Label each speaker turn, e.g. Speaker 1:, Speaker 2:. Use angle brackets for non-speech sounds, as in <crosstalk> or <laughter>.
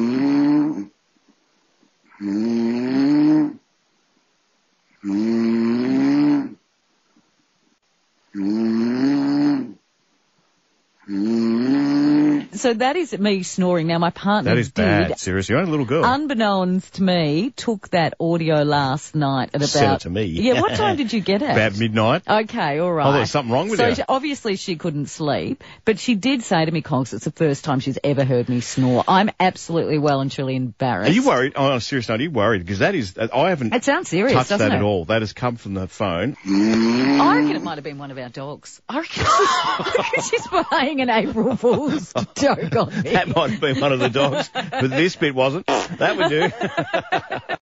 Speaker 1: 嗯嗯嗯嗯嗯
Speaker 2: So that is me snoring. Now my partner
Speaker 3: That is
Speaker 2: did,
Speaker 3: bad. Seriously, you're a little girl.
Speaker 2: unbeknownst to me, took that audio last night at about.
Speaker 3: Sent it to me.
Speaker 2: Yeah, what time did you get it?
Speaker 3: About midnight.
Speaker 2: Okay, all right.
Speaker 3: Oh, there's something wrong with
Speaker 2: so
Speaker 3: you.
Speaker 2: she- obviously she couldn't sleep, but she did say to me, Cogs, it's the first time she's ever heard me snore. I'm absolutely well and truly embarrassed.
Speaker 3: Are you worried? Oh, on a serious note, are you worried? Because that is, I haven't
Speaker 2: It sounds serious,
Speaker 3: touched
Speaker 2: doesn't
Speaker 3: that
Speaker 2: it?
Speaker 3: at all. That has come from the phone.
Speaker 2: I reckon it might have been one of our dogs. I reckon she's, I reckon <laughs>
Speaker 3: <laughs>
Speaker 2: she's playing an April Fool's <laughs> joke on me.
Speaker 3: That might have been one of the dogs, but this bit wasn't. That would do.